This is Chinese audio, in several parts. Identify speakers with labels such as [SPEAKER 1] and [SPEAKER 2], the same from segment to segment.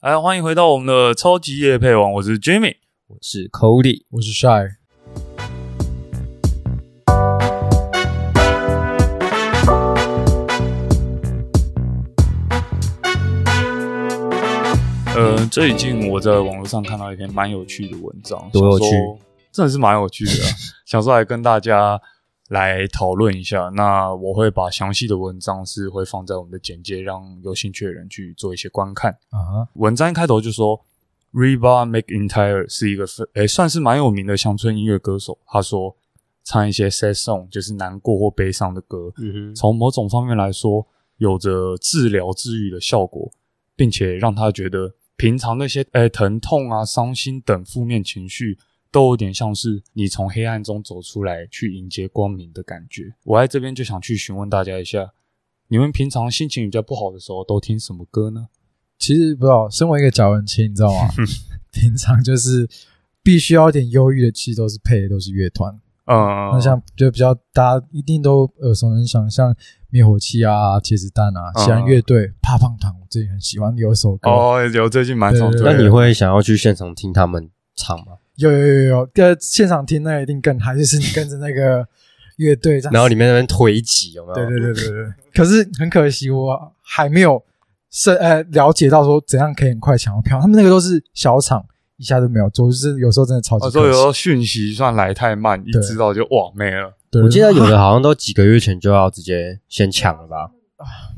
[SPEAKER 1] 来，欢迎回到我们的超级夜配王，我是 Jimmy。
[SPEAKER 2] 我是 Cody，
[SPEAKER 3] 我是 Shy，
[SPEAKER 1] 呃，最近我在网络上看到一篇蛮有趣的文章，
[SPEAKER 2] 多有趣
[SPEAKER 1] 想说，真的是蛮有趣 的、啊，想说来跟大家来讨论一下。那我会把详细的文章是会放在我们的简介，让有兴趣的人去做一些观看。
[SPEAKER 3] 啊，
[SPEAKER 1] 文章一开头就说，Reba McIntyre 是一个非诶、算是蛮有名的乡村音乐歌手。他说唱一些 sad song，就是难过或悲伤的歌，
[SPEAKER 2] 嗯
[SPEAKER 1] 从某种方面来说，有着治疗治愈的效果，并且让他觉得平常那些诶、疼痛啊、伤心等负面情绪。都有点像是你从黑暗中走出来，去迎接光明的感觉。我在这边就想去询问大家一下，你们平常心情比较不好的时候都听什么歌呢？
[SPEAKER 3] 其实不知道，身为一个矫文青，你知 道吗？平常就是必须要有点忧郁的，其实都是配的都是乐团。
[SPEAKER 1] 嗯，
[SPEAKER 3] 那像就比较大家一定都耳熟能详，像灭火器啊、茄子蛋啊、
[SPEAKER 1] 嗯
[SPEAKER 3] 喜羊乐队、怕胖团，我最近很喜欢有一首歌，
[SPEAKER 1] 哦，有最近蛮常推
[SPEAKER 3] 对
[SPEAKER 1] 的。
[SPEAKER 2] 那你会想要去现场听他们唱吗？
[SPEAKER 3] 有有有有，呃，现场听那一定更嗨，就是你跟着那个乐队这样子，
[SPEAKER 2] 然后你们那边推挤有没有？
[SPEAKER 3] 对对对对对。可是很可惜，我还没有是呃了解到说怎样可以很快抢到票。他们那个都是小场，一下都没有做，就是有时候真的超级
[SPEAKER 1] 我
[SPEAKER 3] 可惜。
[SPEAKER 1] 哦说有时候讯息算来太慢，一
[SPEAKER 3] 对
[SPEAKER 1] 知道就哇没了。
[SPEAKER 3] 对
[SPEAKER 2] 我记得有的好像都几个月前就要直接先抢了吧？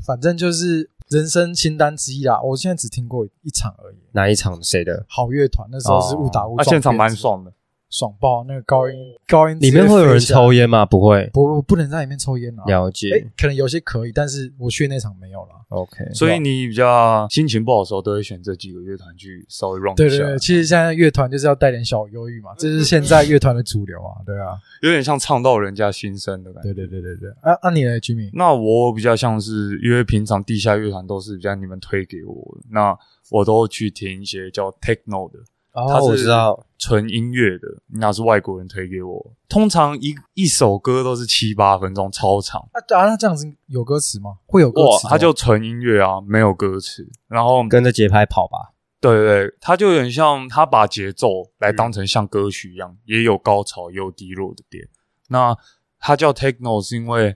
[SPEAKER 3] 反正就是人生清单之一啦。我现在只听过一场而已。
[SPEAKER 2] 哪一场谁的？
[SPEAKER 3] 好乐团那时候是误打误
[SPEAKER 1] 啊，
[SPEAKER 3] 撞，
[SPEAKER 1] 现场蛮，爽的。
[SPEAKER 3] 爽爆！那个高音高音
[SPEAKER 2] 里面会有人抽
[SPEAKER 3] 烟，
[SPEAKER 2] 烟吗？不会，
[SPEAKER 3] 不不能在里面抽烟啊。
[SPEAKER 2] 了
[SPEAKER 3] 哎
[SPEAKER 2] 解。，
[SPEAKER 3] 可能有些可以，但是我去那场没有啦。
[SPEAKER 2] OK，
[SPEAKER 1] 所以你比较心情不好的时候，都会选这几个乐团去稍微 run
[SPEAKER 3] 对
[SPEAKER 1] 一下，
[SPEAKER 3] 对对，其实现在乐团就是要带点小忧郁嘛，这是现在乐团的主流啊，对啊。
[SPEAKER 1] 有点像唱到人家心声的感觉。
[SPEAKER 3] 对对对对对，啊啊，你嘞，Jimmy？
[SPEAKER 1] 那我比较像是，因为平常地下乐团都是比较你们推给我的，那我都去听一些叫 techno 的，它
[SPEAKER 2] 哦
[SPEAKER 1] 是
[SPEAKER 2] 我知道
[SPEAKER 1] 纯音乐的，那是外国人推给我。通常一一首歌都是七八分钟，超长。
[SPEAKER 3] 啊啊，那这样子有歌词吗？会有歌
[SPEAKER 1] 哇
[SPEAKER 3] 词吗，
[SPEAKER 1] 它就纯音乐啊，没有歌词，然后
[SPEAKER 2] 跟着节拍跑吧。
[SPEAKER 1] 对对，它就有点像他把节奏来当成像歌曲一样，也有高潮也有低落的点。那它叫 techno 是因为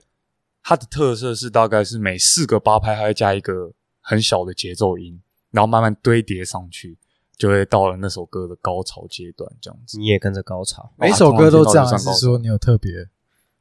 [SPEAKER 1] 它的特色是大概是每四个八拍它会加一个很小的节奏音，然后慢慢堆叠上去，就会到了那首歌的高潮阶段这样子。
[SPEAKER 2] 你也跟着高潮，
[SPEAKER 3] 每首歌都这样，还是
[SPEAKER 1] 哇
[SPEAKER 3] 说你有特别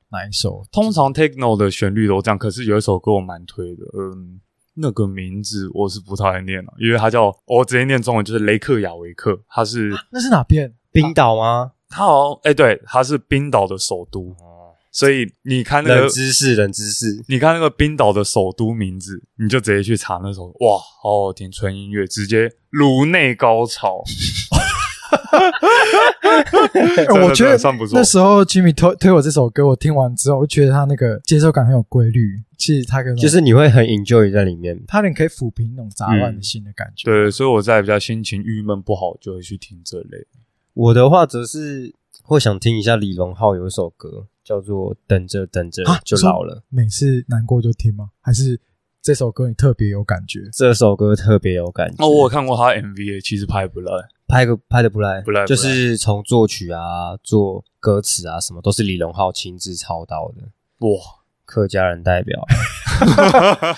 [SPEAKER 3] 哪一首？
[SPEAKER 1] 通常 techno 的旋律都这样，可是有一首歌我蛮推的，嗯，那个名字我是不太会念了、因为它叫我直接念中文就是雷克雅维克，它是
[SPEAKER 3] 那是哪边？
[SPEAKER 2] 冰岛吗？
[SPEAKER 1] 它好像哎、对，它是冰岛的首都，
[SPEAKER 2] 哦，
[SPEAKER 1] 所以你看那个
[SPEAKER 2] 冷知识，冷知识。
[SPEAKER 1] 你看那个冰岛的首都名字，你就直接去查那首，哇，好好听，纯音乐，直接颅内高潮，真的
[SPEAKER 3] 哎我觉
[SPEAKER 1] 真的
[SPEAKER 3] 得
[SPEAKER 1] 算不错
[SPEAKER 3] 那时候 Jimmy 推推我这首歌，我听完之后，我就觉得他那个节奏感很有规律。其实他可能
[SPEAKER 2] 就是你会很 enjoy 在里面，
[SPEAKER 3] 他有点可以抚平那种杂乱的心的感觉。
[SPEAKER 1] 对，所以我在比较心情郁闷不好就会去听这类，
[SPEAKER 2] 我的话则是会想听一下李荣浩有一首歌叫做《等着等着
[SPEAKER 3] 啊
[SPEAKER 2] 就老了》，
[SPEAKER 3] 每次难过就听吗？还是这首歌你特别有感觉？
[SPEAKER 2] 这首歌特别有感觉。
[SPEAKER 1] 哦，我有看过他 MV，其实拍不赖，
[SPEAKER 2] 拍个拍的不赖，
[SPEAKER 1] 不赖
[SPEAKER 2] 就
[SPEAKER 1] 不赖
[SPEAKER 2] 是从作曲啊、做歌词啊，什么都是李荣浩亲自操刀的，
[SPEAKER 1] 哇，
[SPEAKER 2] 客家人代表，啊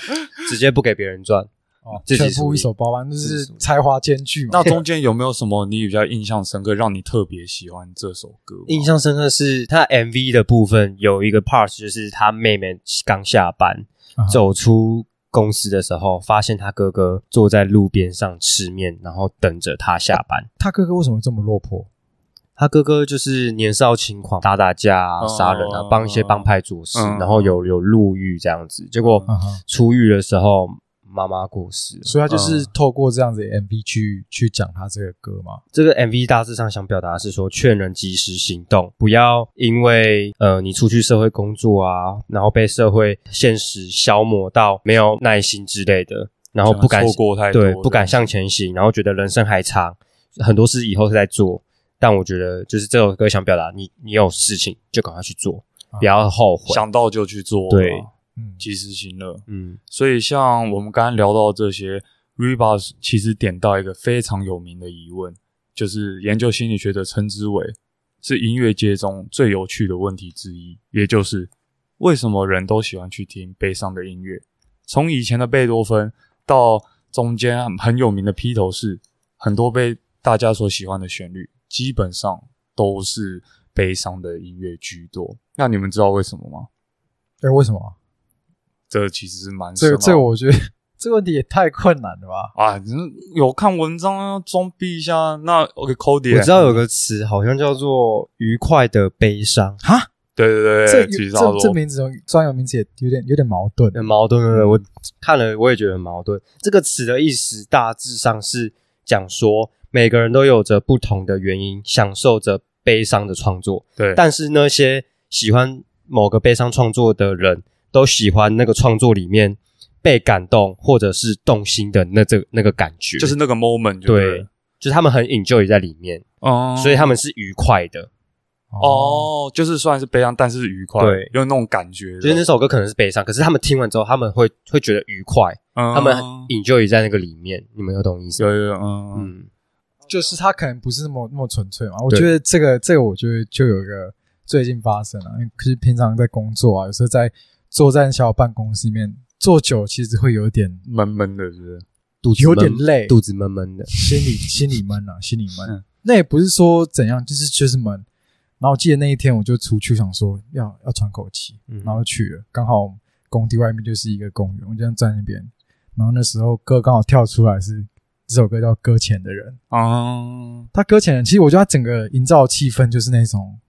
[SPEAKER 2] 直接不给别人赚。
[SPEAKER 3] 哦，
[SPEAKER 2] 自己
[SPEAKER 3] 全
[SPEAKER 2] 处
[SPEAKER 3] 部
[SPEAKER 2] 理
[SPEAKER 3] 一手包办，就
[SPEAKER 2] 自己
[SPEAKER 3] 是
[SPEAKER 2] 处理
[SPEAKER 3] 才华兼具嘛。
[SPEAKER 1] 那中间有没有什么你比较印象深刻，让你特别喜欢这首歌吗？
[SPEAKER 2] 印象深刻是他 MV 的部分有一个 part，就是他妹妹刚下班、
[SPEAKER 3] 啊
[SPEAKER 2] 走出公司的时候，发现他哥哥坐在路边上吃面，然后等着他下班。
[SPEAKER 3] 他哥哥为什么这么落魄？
[SPEAKER 2] 他哥哥就是年少轻狂，打打架、啊、
[SPEAKER 1] 哦
[SPEAKER 2] 杀人啊，帮一些帮派做事，
[SPEAKER 1] 嗯
[SPEAKER 2] 然后有有入狱这样子。结果
[SPEAKER 1] 嗯
[SPEAKER 3] 啊哈，
[SPEAKER 2] 出狱的时候，妈妈过世了。
[SPEAKER 3] 所以他就是
[SPEAKER 1] 嗯
[SPEAKER 3] 透过这样子的 MV 去去讲他这个歌嘛。
[SPEAKER 2] 这个 MV 大致上想表达的是说，劝人及时行动，不要因为呃你出去社会工作啊，然后被社会现实消磨到没有耐心之类的，然后不敢
[SPEAKER 1] 错过太多，
[SPEAKER 2] 对不敢向前行，然后觉得人生还长，很多事以后再做。但我觉得就是这首歌想表达，你你有事情就赶快去做，
[SPEAKER 3] 啊
[SPEAKER 2] 不要后悔。
[SPEAKER 1] 想到就去做，
[SPEAKER 2] 对，
[SPEAKER 3] 嗯，
[SPEAKER 1] 及时行乐。
[SPEAKER 2] 嗯，
[SPEAKER 1] 所以像我们刚刚聊到这些 Rebus 其实点到一个非常有名的疑问，就是研究心理学者称之为是音乐界中最有趣的问题之一，也就是为什么人都喜欢去听悲伤的音乐？从以前的贝多芬到中间很有名的披头士，很多被大家所喜欢的旋律，基本上都是悲伤的音乐居多。那你们知道为什么吗？
[SPEAKER 3] 哎，为什么？
[SPEAKER 1] 这其实是蛮
[SPEAKER 3] 这
[SPEAKER 1] 深
[SPEAKER 3] 个
[SPEAKER 1] 奥
[SPEAKER 3] 这个我觉得这个问题也太困难了吧？
[SPEAKER 1] 啊，你有看文章啊，装逼一下。那啊 OK，c o d y
[SPEAKER 2] 我知道有个词好像叫做“愉快的悲伤
[SPEAKER 3] 哈，
[SPEAKER 1] 对对
[SPEAKER 3] 这
[SPEAKER 1] 对，其实
[SPEAKER 3] 这这名字专有名词也有点有点矛”，盾。
[SPEAKER 2] 很矛盾对不对？我看了我也觉得很矛盾。这个词的意思大致上是讲说，每个人都有着不同的原因，享受着悲伤的创作。
[SPEAKER 1] 对，
[SPEAKER 2] 但是那些喜欢某个悲伤创作的人，都喜欢那个创作里面被感动或者是动心的那这那个感觉，
[SPEAKER 1] 就是那个 moment，就对
[SPEAKER 2] 对
[SPEAKER 1] 了，，
[SPEAKER 2] 就是他们很 enjoy 在里面，
[SPEAKER 1] 嗯，
[SPEAKER 2] 所以他们是愉快的。
[SPEAKER 1] 哦，就是虽然是悲伤，但是愉快，
[SPEAKER 2] 对
[SPEAKER 1] 有那种感觉的，
[SPEAKER 2] 就是那首歌可能是悲伤，可是他们听完之后，他们会会觉得愉快，
[SPEAKER 1] 嗯
[SPEAKER 2] 他们 enjoy 在那个里面。你们有懂意思
[SPEAKER 1] 有
[SPEAKER 2] 吗？
[SPEAKER 1] 有有嗯，
[SPEAKER 2] 嗯，
[SPEAKER 3] 就是他可能不是那么那么纯粹嘛。我
[SPEAKER 2] 对
[SPEAKER 3] 觉得这个这个，我觉得就有一个最近发生了、因为就是平常在工作啊，有时候在坐在小办公室里面坐久，其实会有点
[SPEAKER 1] 闷闷的，是不是？
[SPEAKER 2] 肚子
[SPEAKER 3] 有
[SPEAKER 2] 闷
[SPEAKER 3] 点累，
[SPEAKER 2] 肚子闷闷的。
[SPEAKER 3] 心里心里闷啊，心里闷。
[SPEAKER 1] 嗯
[SPEAKER 3] 那也不是说怎样，就是就是闷。然后我记得那一天我就出去想说要要喘口气，
[SPEAKER 2] 嗯
[SPEAKER 3] 然后去了，刚好工地外面就是一个公园，我就这样站那边。然后那时候歌刚好跳出来是这首歌叫《搁浅的人》，
[SPEAKER 1] 啊，
[SPEAKER 3] 他搁浅人，其实我觉得他整个营造的气氛就是那种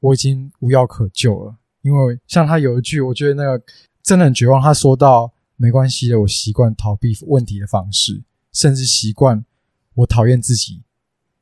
[SPEAKER 3] 我已经无药可救了。因为像他有一句，我觉得那个真的很绝望。他说到：“没关系的，我习惯逃避问题的方式，甚至习惯我讨厌自己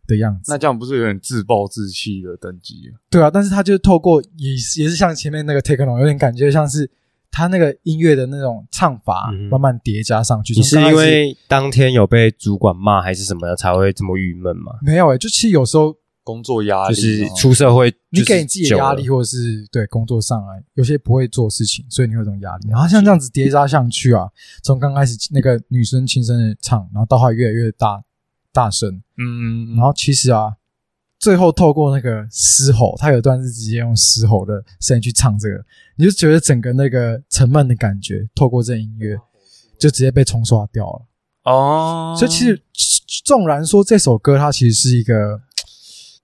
[SPEAKER 3] 的样子。”
[SPEAKER 1] 那这样不是有点自暴自弃的等级？
[SPEAKER 3] 对啊，但是他就透过也也是像前面那个 Take On，有点感觉像是他那个音乐的那种唱法、
[SPEAKER 2] 嗯
[SPEAKER 3] 慢慢叠加上去。
[SPEAKER 2] 你是
[SPEAKER 3] 从刚
[SPEAKER 2] 因
[SPEAKER 3] 开始
[SPEAKER 2] 为当天有被主管骂还是什么才会这么郁闷吗？
[SPEAKER 3] 没有诶、欸就其实有时候
[SPEAKER 1] 工作压
[SPEAKER 2] 就
[SPEAKER 1] 力
[SPEAKER 2] 是
[SPEAKER 1] 啊
[SPEAKER 2] 出社会，
[SPEAKER 3] 你给你自己的压力，，或者是对工作上来，有些不会做事情，所以你会有这种压力。然后像这样子叠加上去啊，从刚开始那个女生轻声的唱，然后到后来越来越大大声，
[SPEAKER 1] 嗯，
[SPEAKER 3] 然后其实啊，最后透过那个嘶吼，他有一段是直接用嘶吼的声音去唱这个，你就觉得整个那个沉闷的感觉，透过这音乐就直接被冲刷掉了。
[SPEAKER 1] 哦，
[SPEAKER 3] 所以其实纵然说这首歌它其实是一个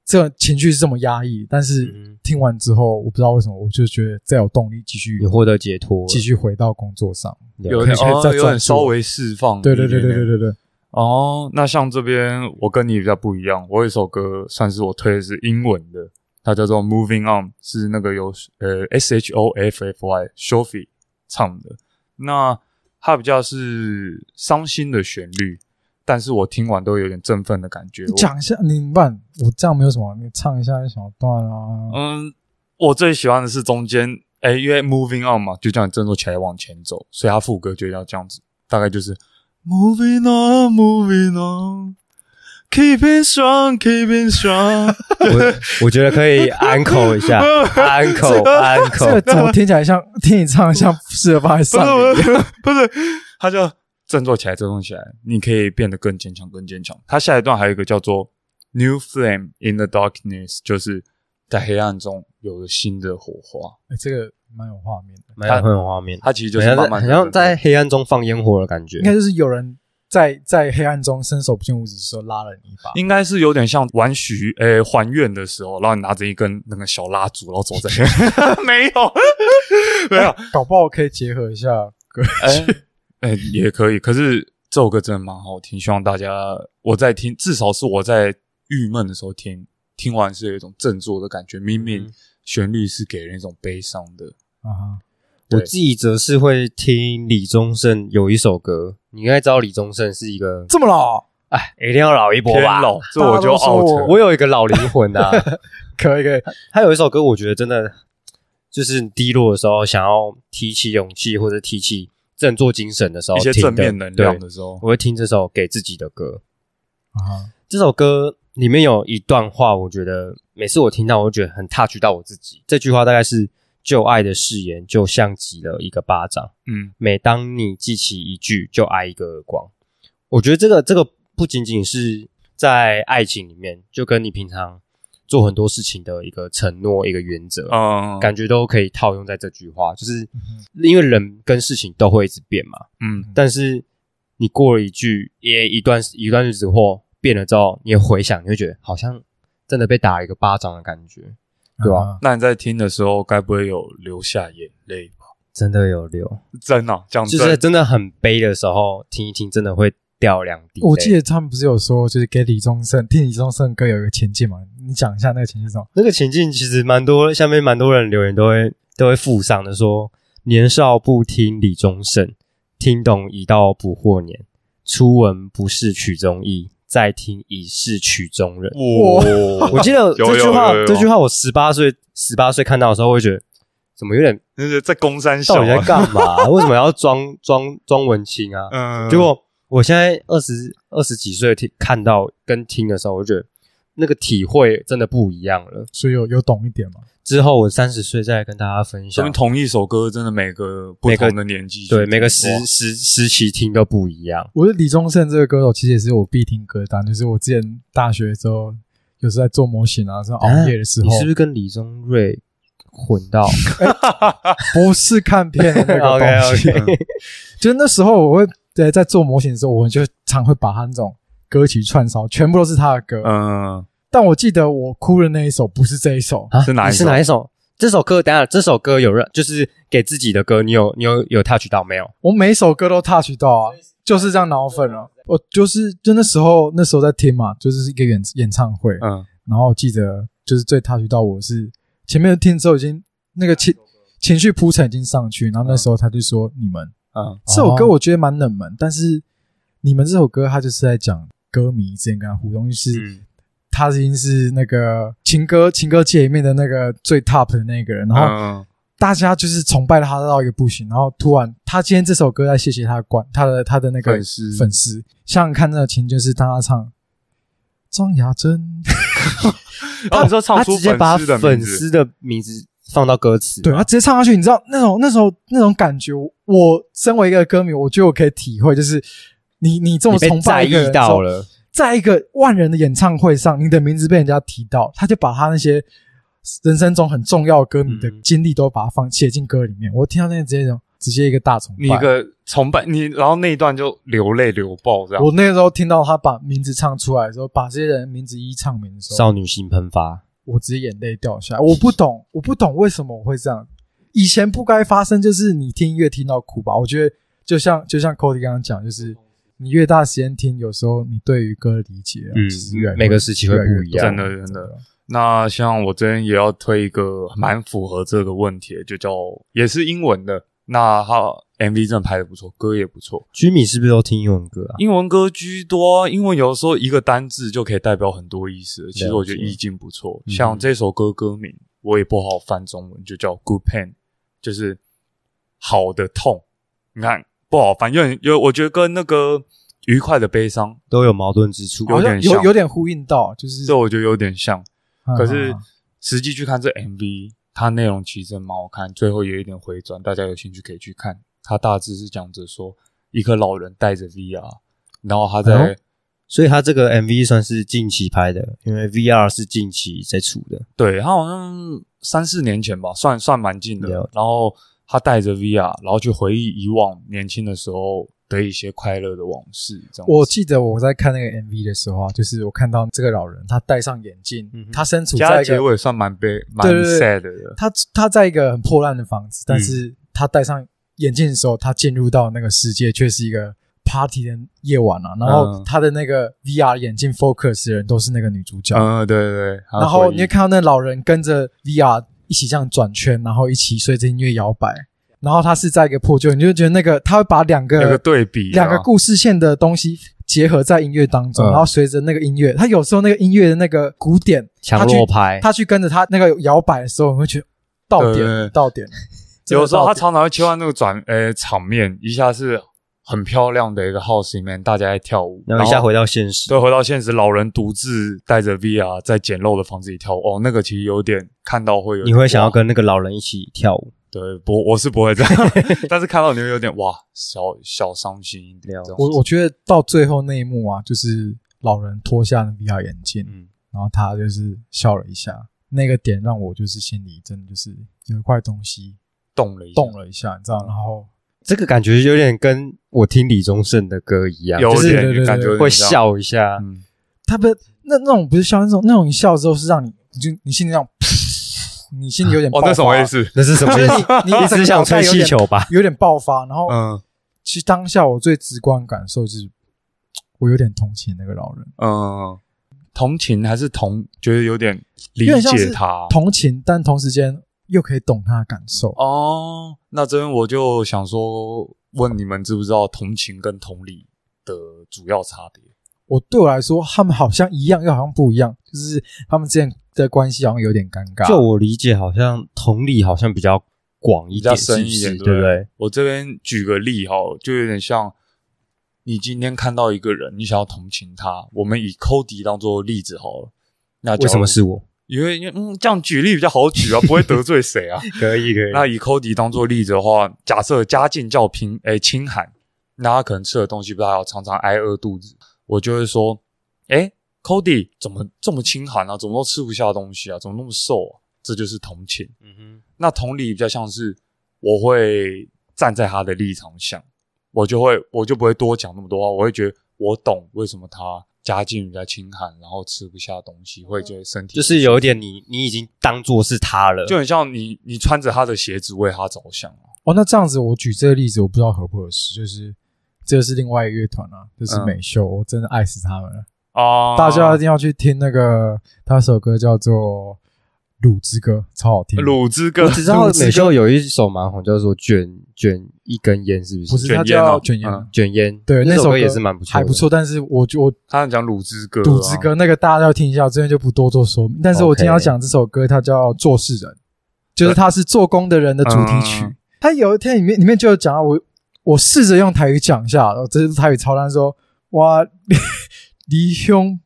[SPEAKER 3] 这情绪是这么压抑，但是
[SPEAKER 2] 嗯
[SPEAKER 3] 听完之后，我不知道为什么，我就觉得再有动力继续
[SPEAKER 2] 你获得解脱了，
[SPEAKER 3] 继续回到工作上。
[SPEAKER 1] 有
[SPEAKER 3] 可
[SPEAKER 1] 点
[SPEAKER 3] 能现在
[SPEAKER 1] 哦
[SPEAKER 3] 在
[SPEAKER 1] 有
[SPEAKER 3] 专
[SPEAKER 1] 点
[SPEAKER 3] 注
[SPEAKER 1] 稍微释放一
[SPEAKER 3] 对
[SPEAKER 1] 点
[SPEAKER 3] 对
[SPEAKER 1] 点，
[SPEAKER 3] 对对对对对，
[SPEAKER 1] 哦，那像这边我跟你比较不一样，我有一首歌算是我推的是英文的，它叫做《Moving On》，是那个由呃 S H O F F Y Shofi 唱的。那它比较是伤心的旋律，但是我听完都有点振奋的感觉。
[SPEAKER 3] 你
[SPEAKER 1] 我
[SPEAKER 3] 讲一下，你不然我这样没有什么，你唱一下一小段啊。
[SPEAKER 1] 嗯，我最喜欢的是中间，哎、因为 moving on 嘛，就叫你振作起来往前走，所以他副歌就要这样子，大概就是 moving on, moving on, keeping strong, keeping strong 。
[SPEAKER 2] 我我觉得可以 安口一下， 安口安口
[SPEAKER 3] 这个怎么听起来像 听你唱得像适合放
[SPEAKER 1] 不
[SPEAKER 3] 在上
[SPEAKER 1] 是
[SPEAKER 3] 面？
[SPEAKER 1] 不是 不是，他就振作起来，振作起来，你可以变得更坚强，更坚强。他下一段还有一个叫做 new flame in the darkness，就是在黑暗中有了新的火花。
[SPEAKER 3] 哎这个蛮有画面的，
[SPEAKER 2] 蛮有很有画面，
[SPEAKER 1] 它其实就
[SPEAKER 2] 很
[SPEAKER 1] 是
[SPEAKER 2] 像
[SPEAKER 1] 慢
[SPEAKER 2] 在
[SPEAKER 1] 慢地
[SPEAKER 2] 很像在黑暗中放烟火的感觉
[SPEAKER 3] 应。该就是有人在在黑暗中伸手不见五指的时候拉了你一把。
[SPEAKER 1] 应该是有点像玩许诶、还愿的时候，然后你拿着一根那个小蜡烛，然后 走在 没有没有
[SPEAKER 3] 搞不好可以结合一下歌
[SPEAKER 1] 诶诶、也可以。可是这首歌真的蛮好听，希望大家我在听，至少是我在郁闷的时候听，听完是有一种振作的感觉。明明
[SPEAKER 2] 嗯
[SPEAKER 1] 旋律是给人一种悲伤的，
[SPEAKER 3] 啊哈。
[SPEAKER 2] 我
[SPEAKER 1] 对
[SPEAKER 2] 自己则是会听李宗盛有一首歌，你应该知道李宗盛是一个，
[SPEAKER 3] 这么老，啊
[SPEAKER 2] 哎，一定要老一波
[SPEAKER 1] 天
[SPEAKER 2] 吧。
[SPEAKER 1] 老，这我就
[SPEAKER 3] 大家都说
[SPEAKER 1] out
[SPEAKER 3] 我
[SPEAKER 1] 了
[SPEAKER 2] 我有一个老灵魂啊，
[SPEAKER 3] 可以可以，
[SPEAKER 2] 他有一首歌，我觉得真的就是低落的时候，想要提起勇气或者提起振作精神的时候，
[SPEAKER 1] 一些
[SPEAKER 2] 听的
[SPEAKER 1] 正面能量
[SPEAKER 2] 对
[SPEAKER 1] 的时候，
[SPEAKER 2] 我会听这首给自己的歌。
[SPEAKER 3] 啊，
[SPEAKER 2] 这首歌里面有一段话，我觉得每次我听到，我就觉得很 touch 到我自己。这句话大概是“旧爱的誓言就像极了一个巴掌，
[SPEAKER 1] 嗯
[SPEAKER 2] 每当你记起一句，就挨一个耳光。”我觉得这个这个不仅仅是在爱情里面，就跟你平常做很多事情的一个承诺、一个原则，
[SPEAKER 1] 嗯，
[SPEAKER 2] 感觉都可以套用在这句话。就是
[SPEAKER 3] 嗯哼
[SPEAKER 2] 因为人跟事情都会一直变嘛，
[SPEAKER 1] 嗯
[SPEAKER 2] 但是你过了一句也一段一段日子或变了之后，你也回想，你会觉得好像真的被打了一个巴掌的感觉，对吧、
[SPEAKER 3] 啊
[SPEAKER 1] 那你在听的时候，该不会有流下眼泪吧？
[SPEAKER 2] 真的有流，
[SPEAKER 1] 真的、啊，讲
[SPEAKER 2] 就
[SPEAKER 1] 真，
[SPEAKER 2] 是真的很悲的时候，听一听真的会掉两滴泪。
[SPEAKER 3] 我记得他们不是有说，就是给李宗盛听李宗盛歌有一个前进嘛？你讲一下那个前进是什么？
[SPEAKER 2] 那个情境其实蛮多，下面蛮多人留言都会都会附上的说：年少不听李宗盛，听懂已到不惑年；初闻不是曲中意，再听已是曲 中人。
[SPEAKER 1] 哇，
[SPEAKER 2] 我记得
[SPEAKER 1] 有有
[SPEAKER 2] 这句话
[SPEAKER 1] 有有，有
[SPEAKER 2] 这句话我十八岁十八岁看到的时候，会觉得怎么有点
[SPEAKER 1] 那是在公山
[SPEAKER 2] 到
[SPEAKER 1] 小、
[SPEAKER 2] 底在
[SPEAKER 1] 啊，
[SPEAKER 2] 干嘛？ 为什么要装装装文青啊？
[SPEAKER 1] 嗯，
[SPEAKER 2] 结果我现在二十二十几岁听看到跟听的时候，我就觉得那个体会真的不一样了。
[SPEAKER 3] 所以有有懂一点嘛？
[SPEAKER 2] 之后我三十岁再来跟大家分
[SPEAKER 1] 说
[SPEAKER 2] 享
[SPEAKER 1] 明，同哦一首歌真的每个不
[SPEAKER 2] 每个
[SPEAKER 1] 同的年纪去听，
[SPEAKER 2] 对每个时
[SPEAKER 1] 哇
[SPEAKER 2] 时时期听都不一样。
[SPEAKER 3] 我觉得李宗盛这个歌手其实也是我必听歌单，就是我之前大学的时候，有时候在做模型啊，说熬夜的时候，
[SPEAKER 2] 你是不是跟李宗瑞混 到？
[SPEAKER 3] 不是看片的那 个东西
[SPEAKER 2] OK，OK
[SPEAKER 3] 就那时候我会在在做模型的时候，我就常会把他那种歌曲串烧，全部都是他的歌。
[SPEAKER 1] 嗯，
[SPEAKER 3] 但我记得我哭的那一首不是这一首，
[SPEAKER 2] 啊
[SPEAKER 1] 是哪一
[SPEAKER 2] 你是
[SPEAKER 1] 首
[SPEAKER 2] 哪一首？这首歌，等一下这首歌有认，就是给自己的歌，你有你有有 touch 到没有？
[SPEAKER 3] 我每一首歌都 touch 到啊，就是这样脑粉了、我就是就那时候那时候在听嘛，就是一个演演唱会，
[SPEAKER 1] 嗯
[SPEAKER 3] 然后记得就是最 touch 到我是前面听之后已经那个情情绪铺陈已经上去，然后那时候他就说、你们
[SPEAKER 1] 嗯
[SPEAKER 3] 这首歌我觉得蛮冷门，但是你们这首歌它就是在讲歌迷之间跟他互动，就是
[SPEAKER 1] 嗯
[SPEAKER 3] 他已经是那个情歌情歌界里面的那个最 top 的那个人，然后
[SPEAKER 1] 嗯，
[SPEAKER 3] 大家就是崇拜他到一个不行，然后突然他今天这首歌在谢谢他的观他的他的那个
[SPEAKER 1] 粉丝
[SPEAKER 3] 粉丝，想想看那个情景是当他唱张雅珍，
[SPEAKER 1] 然后你说唱
[SPEAKER 2] 他
[SPEAKER 1] 出
[SPEAKER 2] 直接把
[SPEAKER 1] 粉丝的
[SPEAKER 2] 粉
[SPEAKER 1] 名字，
[SPEAKER 2] 丝的名字放到歌词，
[SPEAKER 3] 对他直接唱下去，你知道那种那时候那种感觉，我我身为一个歌迷，我觉得我可以体会，就是你你这么
[SPEAKER 2] 你被
[SPEAKER 3] 崇
[SPEAKER 2] 在
[SPEAKER 3] 拜一个
[SPEAKER 2] 意
[SPEAKER 3] 人之后
[SPEAKER 2] 到。了，
[SPEAKER 3] 在一个万人的演唱会上，你的名字被人家提到，他就把他那些人生中很重要的歌迷的
[SPEAKER 2] 嗯
[SPEAKER 3] 经历都把它放写进歌里面。我听到那个直接就直接一个大崇拜。
[SPEAKER 1] 你一个崇拜你，然后那一段就流泪流爆这样，
[SPEAKER 3] 我那时候听到他把名字唱出来的时候，把这些人名字一唱名的时候，
[SPEAKER 2] 少女心喷发，
[SPEAKER 3] 我直接眼泪掉下来。我不懂，我不懂为什么我会这样。以前不该发生，就是你听音乐听到哭吧。我觉得就像就像 Cody 刚刚讲，就是你越大时间听，有时候你对于歌的理解啊，
[SPEAKER 2] 嗯
[SPEAKER 3] 其实越来越
[SPEAKER 2] 每个时期会
[SPEAKER 3] 越来越
[SPEAKER 2] 不一样
[SPEAKER 3] 多
[SPEAKER 1] 真的真的。那像我这边也要推一个蛮符合这个问题的，就叫也是英文的。那他 MV 真的拍的不错，歌也不错，
[SPEAKER 2] 居米是不是都听英文歌啊？
[SPEAKER 1] 英文歌居多。英文有时候一个单字就可以代表很多意思，其实我觉得意境不错。
[SPEAKER 2] 嗯
[SPEAKER 1] 像这首歌歌名我也不好翻中文，就叫 Good Pain，就是好的痛。你看不好翻，有点有，我觉得跟那个愉快的悲伤，
[SPEAKER 2] 都有矛盾之处，
[SPEAKER 1] 有
[SPEAKER 3] 好像
[SPEAKER 1] 点
[SPEAKER 3] 有
[SPEAKER 1] 像
[SPEAKER 3] 有点呼应到，就是
[SPEAKER 1] 这我觉得有点像。
[SPEAKER 3] 嗯
[SPEAKER 1] 可是
[SPEAKER 3] 嗯嗯
[SPEAKER 1] 实际去看这 MV，它内容其实真蛮好看，最后也有一点回转，大家有兴趣可以去看。它大致是讲着说，一个老人带着 VR，然后他在、
[SPEAKER 2] 哎呦所以他这个 MV 算是近期拍的，因为 VR 是近期在出的。
[SPEAKER 1] 对他好像三四年前吧，算算蛮近的
[SPEAKER 2] 了解。
[SPEAKER 1] 然后他带着 VR，然后去回忆以往年轻的时候的一些快乐的往事。这样子
[SPEAKER 3] 我记得我在看那个 MV 的时候啊，就是我看到这个老人，他戴上眼镜，
[SPEAKER 2] 嗯哼
[SPEAKER 3] 他身处
[SPEAKER 1] 加
[SPEAKER 3] 在一
[SPEAKER 1] 结
[SPEAKER 3] 个
[SPEAKER 1] 尾算蛮悲蛮
[SPEAKER 3] 对对对
[SPEAKER 1] sad 的，嗯
[SPEAKER 3] 他他在一个很破烂的房子，但是他戴上眼镜的时候，他进入到那个世界，却是一个 party 的夜晚啊。然后
[SPEAKER 1] 嗯
[SPEAKER 3] 他的那个 VR 眼镜 focus 的人都是那个女主角，
[SPEAKER 1] 嗯，啊对对对。
[SPEAKER 3] 然后你会
[SPEAKER 1] 看。
[SPEAKER 3] 看到那老人跟着 VR 一起这样转圈，然后一起随着音乐摇摆。然后他是在一个破旧，你就觉得那个他会把两个
[SPEAKER 1] 那个对比啊
[SPEAKER 3] 两个故事线的东西结合在音乐当中，
[SPEAKER 2] 嗯
[SPEAKER 3] 然后随着那个音乐，他有时候那个音乐的那个鼓点，
[SPEAKER 2] 强弱
[SPEAKER 1] 哎
[SPEAKER 2] 拍，
[SPEAKER 3] 他去跟着他那个摇摆的时候，你会觉得到
[SPEAKER 1] 对对对
[SPEAKER 3] 点到点。真的
[SPEAKER 1] 有时候
[SPEAKER 3] 到
[SPEAKER 1] 他
[SPEAKER 3] 点
[SPEAKER 1] 常常会切换那个转呃场面，一下是很漂亮的一个 house 里面，大家在跳舞，
[SPEAKER 2] 然后一下回到现实
[SPEAKER 1] 对，回到现实，老人独自带着 VR 在简陋的房子里跳舞，哦，那个其实有点看到会有
[SPEAKER 2] 你会想要跟那个老人一起跳舞，
[SPEAKER 1] 对，不，我是不会这样， 但是看到你会有点哇，小小伤心一点
[SPEAKER 2] 了。
[SPEAKER 1] 这样子
[SPEAKER 3] 我我觉得到最后那一幕啊，就是老人脱下那 VR 眼镜，
[SPEAKER 1] 嗯，
[SPEAKER 3] 然后他就是笑了一下，那个点让我就是心里真的就是有一块东西
[SPEAKER 1] 动了一下
[SPEAKER 3] 动，了一下，你知道？然后
[SPEAKER 2] 这个感觉有点跟我听李宗盛的歌一样，
[SPEAKER 1] 有
[SPEAKER 2] 就
[SPEAKER 3] 对对
[SPEAKER 2] 是
[SPEAKER 1] 点
[SPEAKER 3] 对
[SPEAKER 1] 感觉有点
[SPEAKER 2] 会
[SPEAKER 1] 这样，
[SPEAKER 2] 笑一下，
[SPEAKER 1] 嗯，
[SPEAKER 3] 他不那那种不是笑，那种那种一笑之后是让你你就你心里这 样，你心里有点爆
[SPEAKER 1] 哦，
[SPEAKER 3] 发，
[SPEAKER 1] 那时候我也是，
[SPEAKER 2] 那是什么 意思？
[SPEAKER 3] 你
[SPEAKER 2] 你只是想吹气球吧？
[SPEAKER 3] 有点爆发，然后
[SPEAKER 1] 嗯
[SPEAKER 3] 其实当下我最直观感受就是，我有点同情那个老人，
[SPEAKER 1] 嗯，同情还是同，觉得有点理
[SPEAKER 3] 有点像
[SPEAKER 1] 解
[SPEAKER 3] 是
[SPEAKER 1] 他，
[SPEAKER 3] 同情，但同时间又可以懂他的感受。
[SPEAKER 1] 哦，那这边我就想说，问你们知不知道同情跟同理的主要差别？
[SPEAKER 3] 我对我来说，他们好像一样，又好像不一样，就是他们之间的关系好像有点尴尬。
[SPEAKER 2] 就我理解，好像同理好像比较广一
[SPEAKER 1] 比较
[SPEAKER 2] 点，
[SPEAKER 1] 深
[SPEAKER 2] 是不
[SPEAKER 1] 一点对
[SPEAKER 2] 是？
[SPEAKER 1] 不
[SPEAKER 2] 对不对？
[SPEAKER 1] 我这边举个例哈，就有点像你今天看到一个人，你想要同情他，我们以寇迪当做例子好了。那假如
[SPEAKER 2] 为什么？是我？
[SPEAKER 1] 因为因为嗯，这样举例比较好举啊，不会得罪谁啊。
[SPEAKER 2] 可以可以
[SPEAKER 1] 那以寇迪当做例子的话，假设家境较贫，哎、清寒，那他可能吃的东西不太好，常常挨饿肚子。我就会说，哎、寇迪怎么这么清寒啊？怎么都吃不下东西啊？怎么那么瘦啊？这就是同情。
[SPEAKER 2] 嗯
[SPEAKER 1] 那同理比较像是我会站在他的立场想，我就会我就不会多讲那么多话，我会觉得我懂为什么他家境比较清寒，然后吃不下东西，会觉得身体
[SPEAKER 2] 就是有一点你你已经当做是他了，
[SPEAKER 1] 就很像你你穿着他的鞋子为他着想啊
[SPEAKER 3] 哦，那这样子，我举这个例子，我不知道合不合适，就是这是另外一个乐团啊，就是
[SPEAKER 1] 嗯
[SPEAKER 3] 美秀，我真的爱死他们了。
[SPEAKER 1] 啊
[SPEAKER 2] 哦
[SPEAKER 3] 大家一定要去听那个，他有首歌叫做《卤之歌》，超好听。
[SPEAKER 1] 鲁之歌
[SPEAKER 2] 我只知道
[SPEAKER 3] 我只
[SPEAKER 2] 美秀有一首蛮红，叫做《卷卷一根烟》，是不是？
[SPEAKER 3] 不是
[SPEAKER 1] 卷
[SPEAKER 3] 他
[SPEAKER 1] 烟
[SPEAKER 3] 叫
[SPEAKER 1] 哦
[SPEAKER 3] 卷烟，
[SPEAKER 1] 嗯
[SPEAKER 2] 卷烟，
[SPEAKER 3] 对，
[SPEAKER 2] 那
[SPEAKER 3] 首
[SPEAKER 2] 歌也是蛮不错，
[SPEAKER 3] 还不。错。但是我就我
[SPEAKER 1] 他讲鲁之歌、啊，
[SPEAKER 3] 赌之歌那个大家要听一下，我这边就不多做说明。但是我今天要
[SPEAKER 2] 哦 OK 呃
[SPEAKER 3] 讲这首歌，它叫《做事人》，就是它是做工的人的主题曲
[SPEAKER 1] 嗯。
[SPEAKER 3] 它有一天里面里面就有讲到我，我试着用台语讲一下，我这是台语超烂，说哇 离乡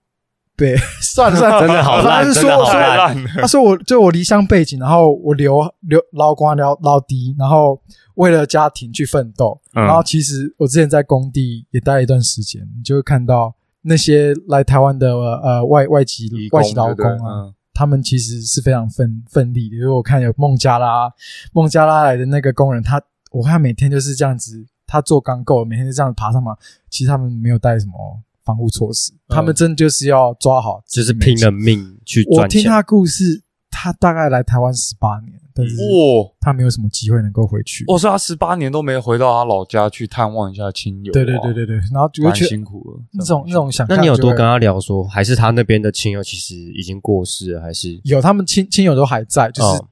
[SPEAKER 3] 北， 算了算了，
[SPEAKER 2] 真的 好烂
[SPEAKER 3] 他是
[SPEAKER 2] 真的
[SPEAKER 3] 说
[SPEAKER 2] 好
[SPEAKER 3] 说
[SPEAKER 1] 太烂了，
[SPEAKER 3] 他说啊我就我离乡背景，然后我留留捞光捞捞低，然后为了家庭去奋斗。
[SPEAKER 1] 嗯
[SPEAKER 3] 然后其实我之前在工地也待了一段时间，你就会看到那些来台湾的呃外外籍
[SPEAKER 1] 移工
[SPEAKER 3] 外籍劳工
[SPEAKER 1] 对不对
[SPEAKER 3] 啊，
[SPEAKER 1] 嗯
[SPEAKER 3] 他们其实是非常奋奋力的。因为我看有孟加拉孟加拉来的那个工人，他我看他每天就是这样子，他做钢构，每天就这样爬上嘛。其实他们没有带什么防护措
[SPEAKER 1] 嗯
[SPEAKER 3] 施，他们真的就是要抓好自
[SPEAKER 2] 就是
[SPEAKER 3] 己每天，
[SPEAKER 2] 拼了命去
[SPEAKER 3] 我
[SPEAKER 2] 赚
[SPEAKER 3] 听
[SPEAKER 2] 钱，
[SPEAKER 3] 他故事，他大概来台湾十八年，但是
[SPEAKER 2] 嗯
[SPEAKER 1] 哇，哦
[SPEAKER 3] 他没有什么机会能够回去。
[SPEAKER 1] 我说他十八年都没回到他老家去探望一下亲
[SPEAKER 2] 哦
[SPEAKER 1] 友、啊，
[SPEAKER 3] 对对对，对对，然后我就
[SPEAKER 1] 蛮
[SPEAKER 3] 觉得
[SPEAKER 1] 辛苦了。
[SPEAKER 3] 那种那种想象
[SPEAKER 2] 那
[SPEAKER 3] 就
[SPEAKER 2] 你有
[SPEAKER 3] 会，
[SPEAKER 2] 多跟他聊说，还是他那边的亲友其实已经过世了，还是
[SPEAKER 3] 有他们亲亲友都还在，就是
[SPEAKER 2] 哦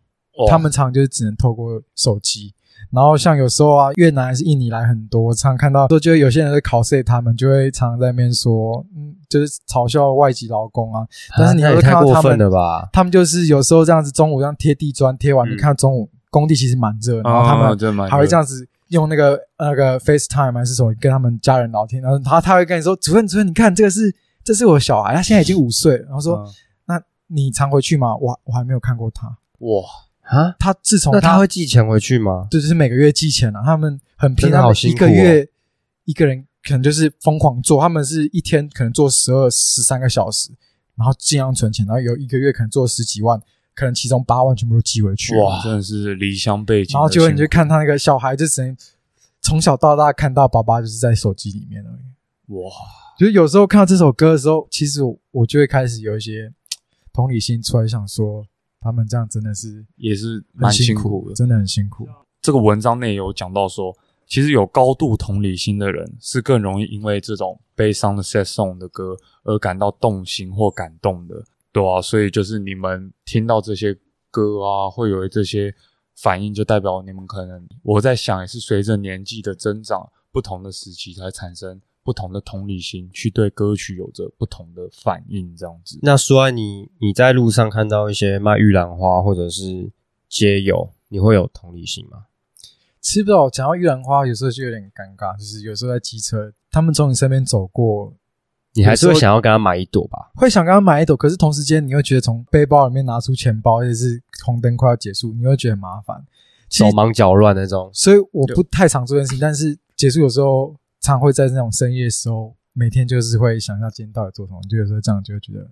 [SPEAKER 1] 哇
[SPEAKER 3] 他们常常就是只能透过手机。然后像有时候啊，越南还是印尼来很多，我常常看到都觉得有些人在 cos 他们，就会常常在那边说，嗯，就是嘲笑外籍劳工啊。但是你
[SPEAKER 2] 啊那
[SPEAKER 3] 会
[SPEAKER 2] 也
[SPEAKER 3] 看
[SPEAKER 2] 太
[SPEAKER 3] 到
[SPEAKER 2] 过
[SPEAKER 3] 他
[SPEAKER 2] 分
[SPEAKER 3] 们
[SPEAKER 2] 了吧？
[SPEAKER 3] 他们就是有时候这样子，中午这样贴地砖，贴完就
[SPEAKER 1] 嗯
[SPEAKER 3] 看到中午工地其实蛮热，然后
[SPEAKER 2] 哦
[SPEAKER 3] 他
[SPEAKER 1] 啊
[SPEAKER 3] 们
[SPEAKER 1] 真的蛮
[SPEAKER 3] 还会这
[SPEAKER 1] 样，
[SPEAKER 3] 样子用那个呃那个 FaceTime 还是什么跟他们家人聊天，然后他他会跟你说：“主任，主任，你看这个是这是我小孩，他现在已经五岁了。”然后说：“
[SPEAKER 2] 啊
[SPEAKER 1] 嗯
[SPEAKER 3] 那你常回去吗？我我还没有看过他。
[SPEAKER 1] 哇，
[SPEAKER 2] 啊，
[SPEAKER 3] 他自从
[SPEAKER 2] 那
[SPEAKER 3] 他
[SPEAKER 2] 他会寄钱回去吗？
[SPEAKER 3] 对，就是每个月寄钱了、他们很拼，
[SPEAKER 2] 真的
[SPEAKER 3] 他
[SPEAKER 2] 好
[SPEAKER 3] 们
[SPEAKER 2] 辛
[SPEAKER 3] 一
[SPEAKER 2] 苦
[SPEAKER 3] 个
[SPEAKER 2] 哦
[SPEAKER 3] 月一个人可能就是疯狂做，他们是一天可能做十二十三个小时，然后尽量存钱，然后有一个月可能做十几万，可能其中八万全部都寄回去了。
[SPEAKER 1] 哇，真的是离乡背景的辛苦。
[SPEAKER 3] 然后结果你就看他那个小孩，就只能从小到大看到爸爸就是在手机里面而已。
[SPEAKER 1] 哇，
[SPEAKER 3] 就是有时候看到这首歌的时候，其实我我就会开始有一些同理心出来，想说他们这样真的是
[SPEAKER 1] 也是
[SPEAKER 3] 很
[SPEAKER 1] 蛮辛
[SPEAKER 3] 苦
[SPEAKER 1] 苦的。
[SPEAKER 3] 真的很辛苦。
[SPEAKER 1] 这个文章内有讲到说，其实有高度同理心的人是更容易因为这种悲伤的 sad song 的歌而感到动心或感动的，对啊，所以就是你们听到这些歌啊，会有这些反应，就代表你们可能我在想，也是随着年纪的增长，不同的时期才产生不同的同理心，去对歌曲有着不同的反应，这样子。
[SPEAKER 2] 那说安，你你在路上看到一些卖玉兰花或者是街友，你会有同理心吗？
[SPEAKER 3] 吃不到讲到玉兰花，有时候就有点尴尬，就是有时候在机车，他们从你身边走过，
[SPEAKER 2] 你还是会想要跟他买一朵吧？
[SPEAKER 3] 会想跟他买一朵，可是同时间你又觉得从背包里面拿出钱包，而且是红灯快要结束，你会觉得很麻烦。
[SPEAKER 2] 手忙脚乱那种。
[SPEAKER 3] 所以我不太常做这件事情，但是结束有时候常会在那种深夜的时候，每天就是会想一下今天到底做什么，就有时候这样就会觉得，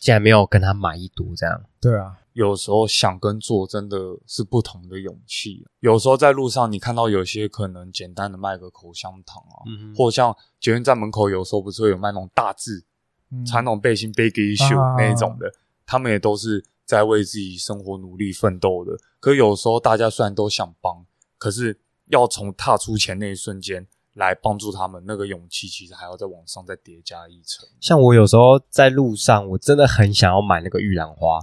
[SPEAKER 2] 竟然没有跟他买一读这样。
[SPEAKER 3] 对啊，
[SPEAKER 1] 有时候想跟做真的是不同的勇气。有时候在路上，你看到有些可能简单的卖个口香糖啊，
[SPEAKER 2] 嗯
[SPEAKER 1] 或像捷运站门口有时候不是会有卖那种大字
[SPEAKER 3] 嗯
[SPEAKER 1] 传统背心 big issue、
[SPEAKER 3] 啊
[SPEAKER 1] 那一种的，他们也都是在为自己生活努力奋斗的。可有时候大家虽然都想帮，可是要从踏出前那一瞬间来帮助他们，那个勇气其实还要再往上再叠加一层。
[SPEAKER 2] 像我有时候在路上，我真的很想要买那个玉兰花，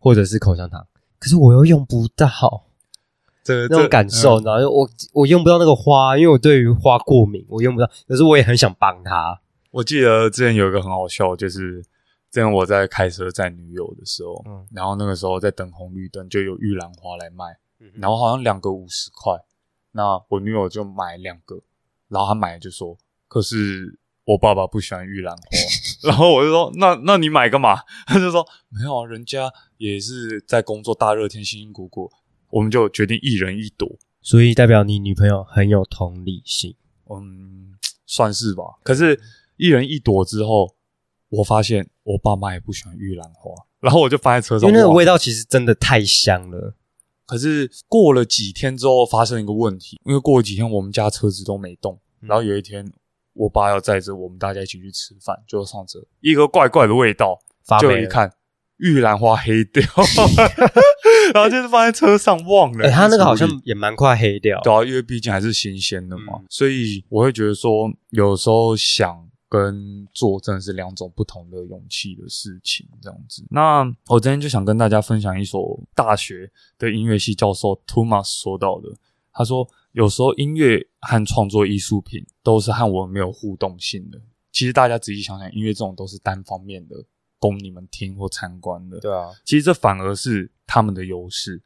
[SPEAKER 2] 或者是口香糖，可是我又用不到
[SPEAKER 1] 这嗯
[SPEAKER 2] 那种感受，你知道？就我我用不到那个花，因为我对于花过敏，我用不到。可是我也很想帮他。
[SPEAKER 1] 我记得之前有一个很好笑，就是之前我在开车载女友的时候，
[SPEAKER 2] 嗯
[SPEAKER 1] 然后那个时候在等红绿灯，就有玉兰花来卖，然后好像两个五十块，那我女友就买两个，然后她买了就说，可是我爸爸不喜欢玉兰花，然后我就说，那那你买干嘛？她就说没有啊，人家也是在工作，大热天辛辛苦苦，我们就决定一人一朵，
[SPEAKER 2] 所以代表你女朋友很有同理心。
[SPEAKER 1] 嗯，算是吧。可是，一人一朵之后，我发现我爸妈也不喜欢玉兰花， 然后我就放在车
[SPEAKER 2] 因
[SPEAKER 1] 上。
[SPEAKER 2] 为那个
[SPEAKER 1] 哇
[SPEAKER 2] 味道其实真的太香了，
[SPEAKER 1] 可是过了几天之后，发生一个问题，因为过了几天我们家车子都没动，
[SPEAKER 2] 嗯
[SPEAKER 1] 然后有一天我爸要载着我们大家一起去吃饭，就上车，一个怪怪的味道，
[SPEAKER 2] 发
[SPEAKER 1] 就
[SPEAKER 2] 霉
[SPEAKER 1] 一
[SPEAKER 2] 了。
[SPEAKER 1] 看玉兰花黑掉， 然后就是放在车上忘了。
[SPEAKER 2] 哎、他那个好像
[SPEAKER 1] 处理
[SPEAKER 2] 也蛮快黑掉。
[SPEAKER 1] 对啊，因为毕竟还是新鲜的嘛，
[SPEAKER 2] 嗯
[SPEAKER 1] 所以我会觉得说，有时候想跟做真的是两种不同的勇气的事情，这样子。那我今天就想跟大家分享一首大学的音乐系教授 Thomas 说到的，他说有时候音乐和创作艺术品都是和我们没有互动性的。其实大家仔细想想，音乐这种都是单方面的，供你们听或参观的。
[SPEAKER 2] 啊，
[SPEAKER 1] 其实这反而是他们的优势，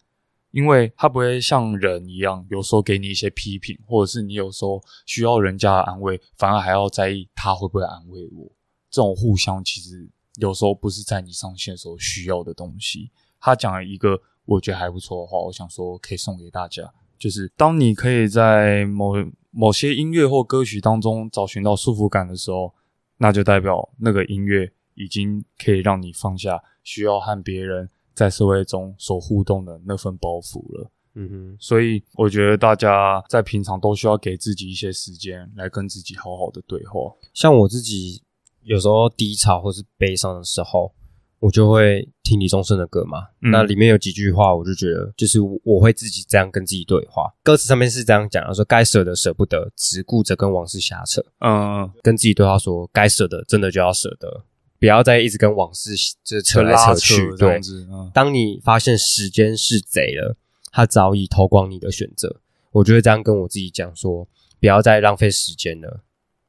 [SPEAKER 1] 因为他不会像人一样，有时候给你一些批评，或者是你有时候需要人家的安慰，反而还要在意他会不会安慰我。这种互相其实有时候不是在你上线的时候需要的东西。他讲了一个我觉得还不错的话，我想说可以送给大家，就是当你可以在某某些音乐或歌曲当中找寻到舒服感的时候，那就代表那个音乐已经可以让你放下需要和别人在社会中所互动的那份包袱了。
[SPEAKER 2] 嗯哼，
[SPEAKER 1] 所以我觉得大家在平常都需要给自己一些时间来跟自己好好的对话。
[SPEAKER 2] 像我自己有时候低潮或是悲伤的时候，我就会听李宗盛的歌嘛。
[SPEAKER 1] 嗯
[SPEAKER 2] 那里面有几句话，我就觉得就是我我会自己这样跟自己对话。歌词上面是这样讲的，说该舍的舍不得，只顾着跟往事瞎扯，
[SPEAKER 1] 嗯，
[SPEAKER 2] 跟自己对话说该舍的真的就要舍得，不要再一直跟往事就是扯来
[SPEAKER 1] 拉
[SPEAKER 2] 扯去。
[SPEAKER 1] 这样
[SPEAKER 2] 对，
[SPEAKER 1] 子，嗯
[SPEAKER 2] 当你发现时间是贼了，它早已偷光你的选择。我就会这样跟我自己讲说，不要再浪费时间了，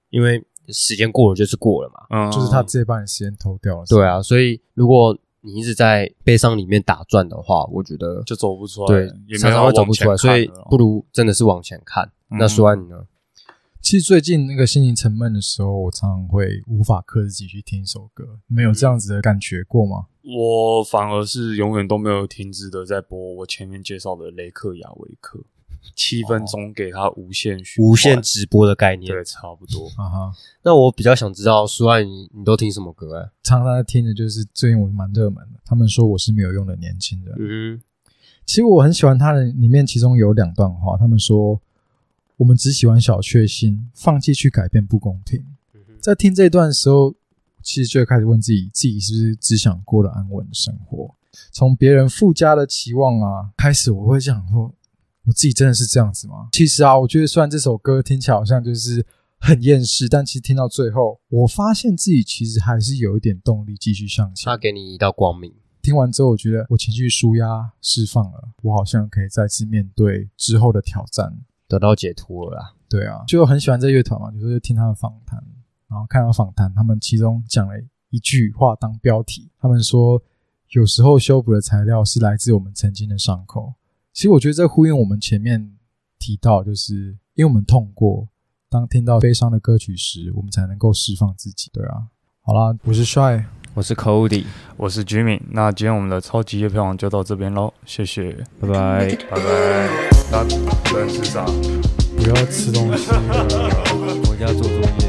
[SPEAKER 2] 因为时间过了就是过了嘛。
[SPEAKER 1] 嗯，
[SPEAKER 3] 就是他直接把你时间偷掉了。
[SPEAKER 2] 对啊，所以如果你一直在悲伤里面打转的话，我觉得
[SPEAKER 1] 就走不出来，
[SPEAKER 2] 对
[SPEAKER 1] 也，没
[SPEAKER 2] 常
[SPEAKER 1] 有
[SPEAKER 2] 常会走不
[SPEAKER 1] 往前
[SPEAKER 2] 出来，所以
[SPEAKER 1] 看了哦
[SPEAKER 2] 不如真的是往前看。
[SPEAKER 1] 嗯
[SPEAKER 2] 那说完你呢？
[SPEAKER 3] 其实最近那个心情沉闷的时候，我常常会无法克制自己去听一首歌。你们有这样子的感觉过吗？
[SPEAKER 1] 我反而是永远都没有停止的在播我前面介绍的雷克雅维克，七分钟给他无限循环
[SPEAKER 2] 哦无限直播的概念。
[SPEAKER 1] 对，差不多。
[SPEAKER 3] 啊哈，
[SPEAKER 2] 那我比较想知道，说完你你都听什么歌、啊？
[SPEAKER 3] 常常在听的就是最近我蛮热门的，他们说我是没有用的年轻人。
[SPEAKER 2] 嗯，
[SPEAKER 3] 其实我很喜欢他的里面其中有两段话，他们说我们只喜欢小确幸，放弃去改变不公平。在听这段的时候，其实就会开始问自己，自己是不是只想过了安稳的生活？从别人附加的期望啊开始，我会想说，我自己真的是这样子吗？其实啊，我觉得虽然这首歌听起来好像就是很厌世，但其实听到最后，我发现自己其实还是有一点动力继续向前
[SPEAKER 2] 他。给你一道光明。
[SPEAKER 3] 听完之后，我觉得我情绪舒压释放了，我好像可以再次面对之后的挑战。
[SPEAKER 2] 得到解脱了啦，
[SPEAKER 3] 对啊，就很喜欢这乐团嘛，就是听他们访谈，然后看到访谈，他们其中讲了一句话当标题，他们说有时候修补的材料是来自我们曾经的伤口。其实我觉得这呼应我们前面提到，就是因为我们痛过，当听到悲伤的歌曲时，我们才能够释放自己。对啊，好啦，我是帅，
[SPEAKER 2] 我是 Cody，
[SPEAKER 1] 我是 Jimmy，那今天我们的超级夜配王就到这边喽，谢谢，
[SPEAKER 2] 拜拜。
[SPEAKER 1] 拜拜。那人是啥？
[SPEAKER 3] 不要吃东西。
[SPEAKER 2] 我要做作业。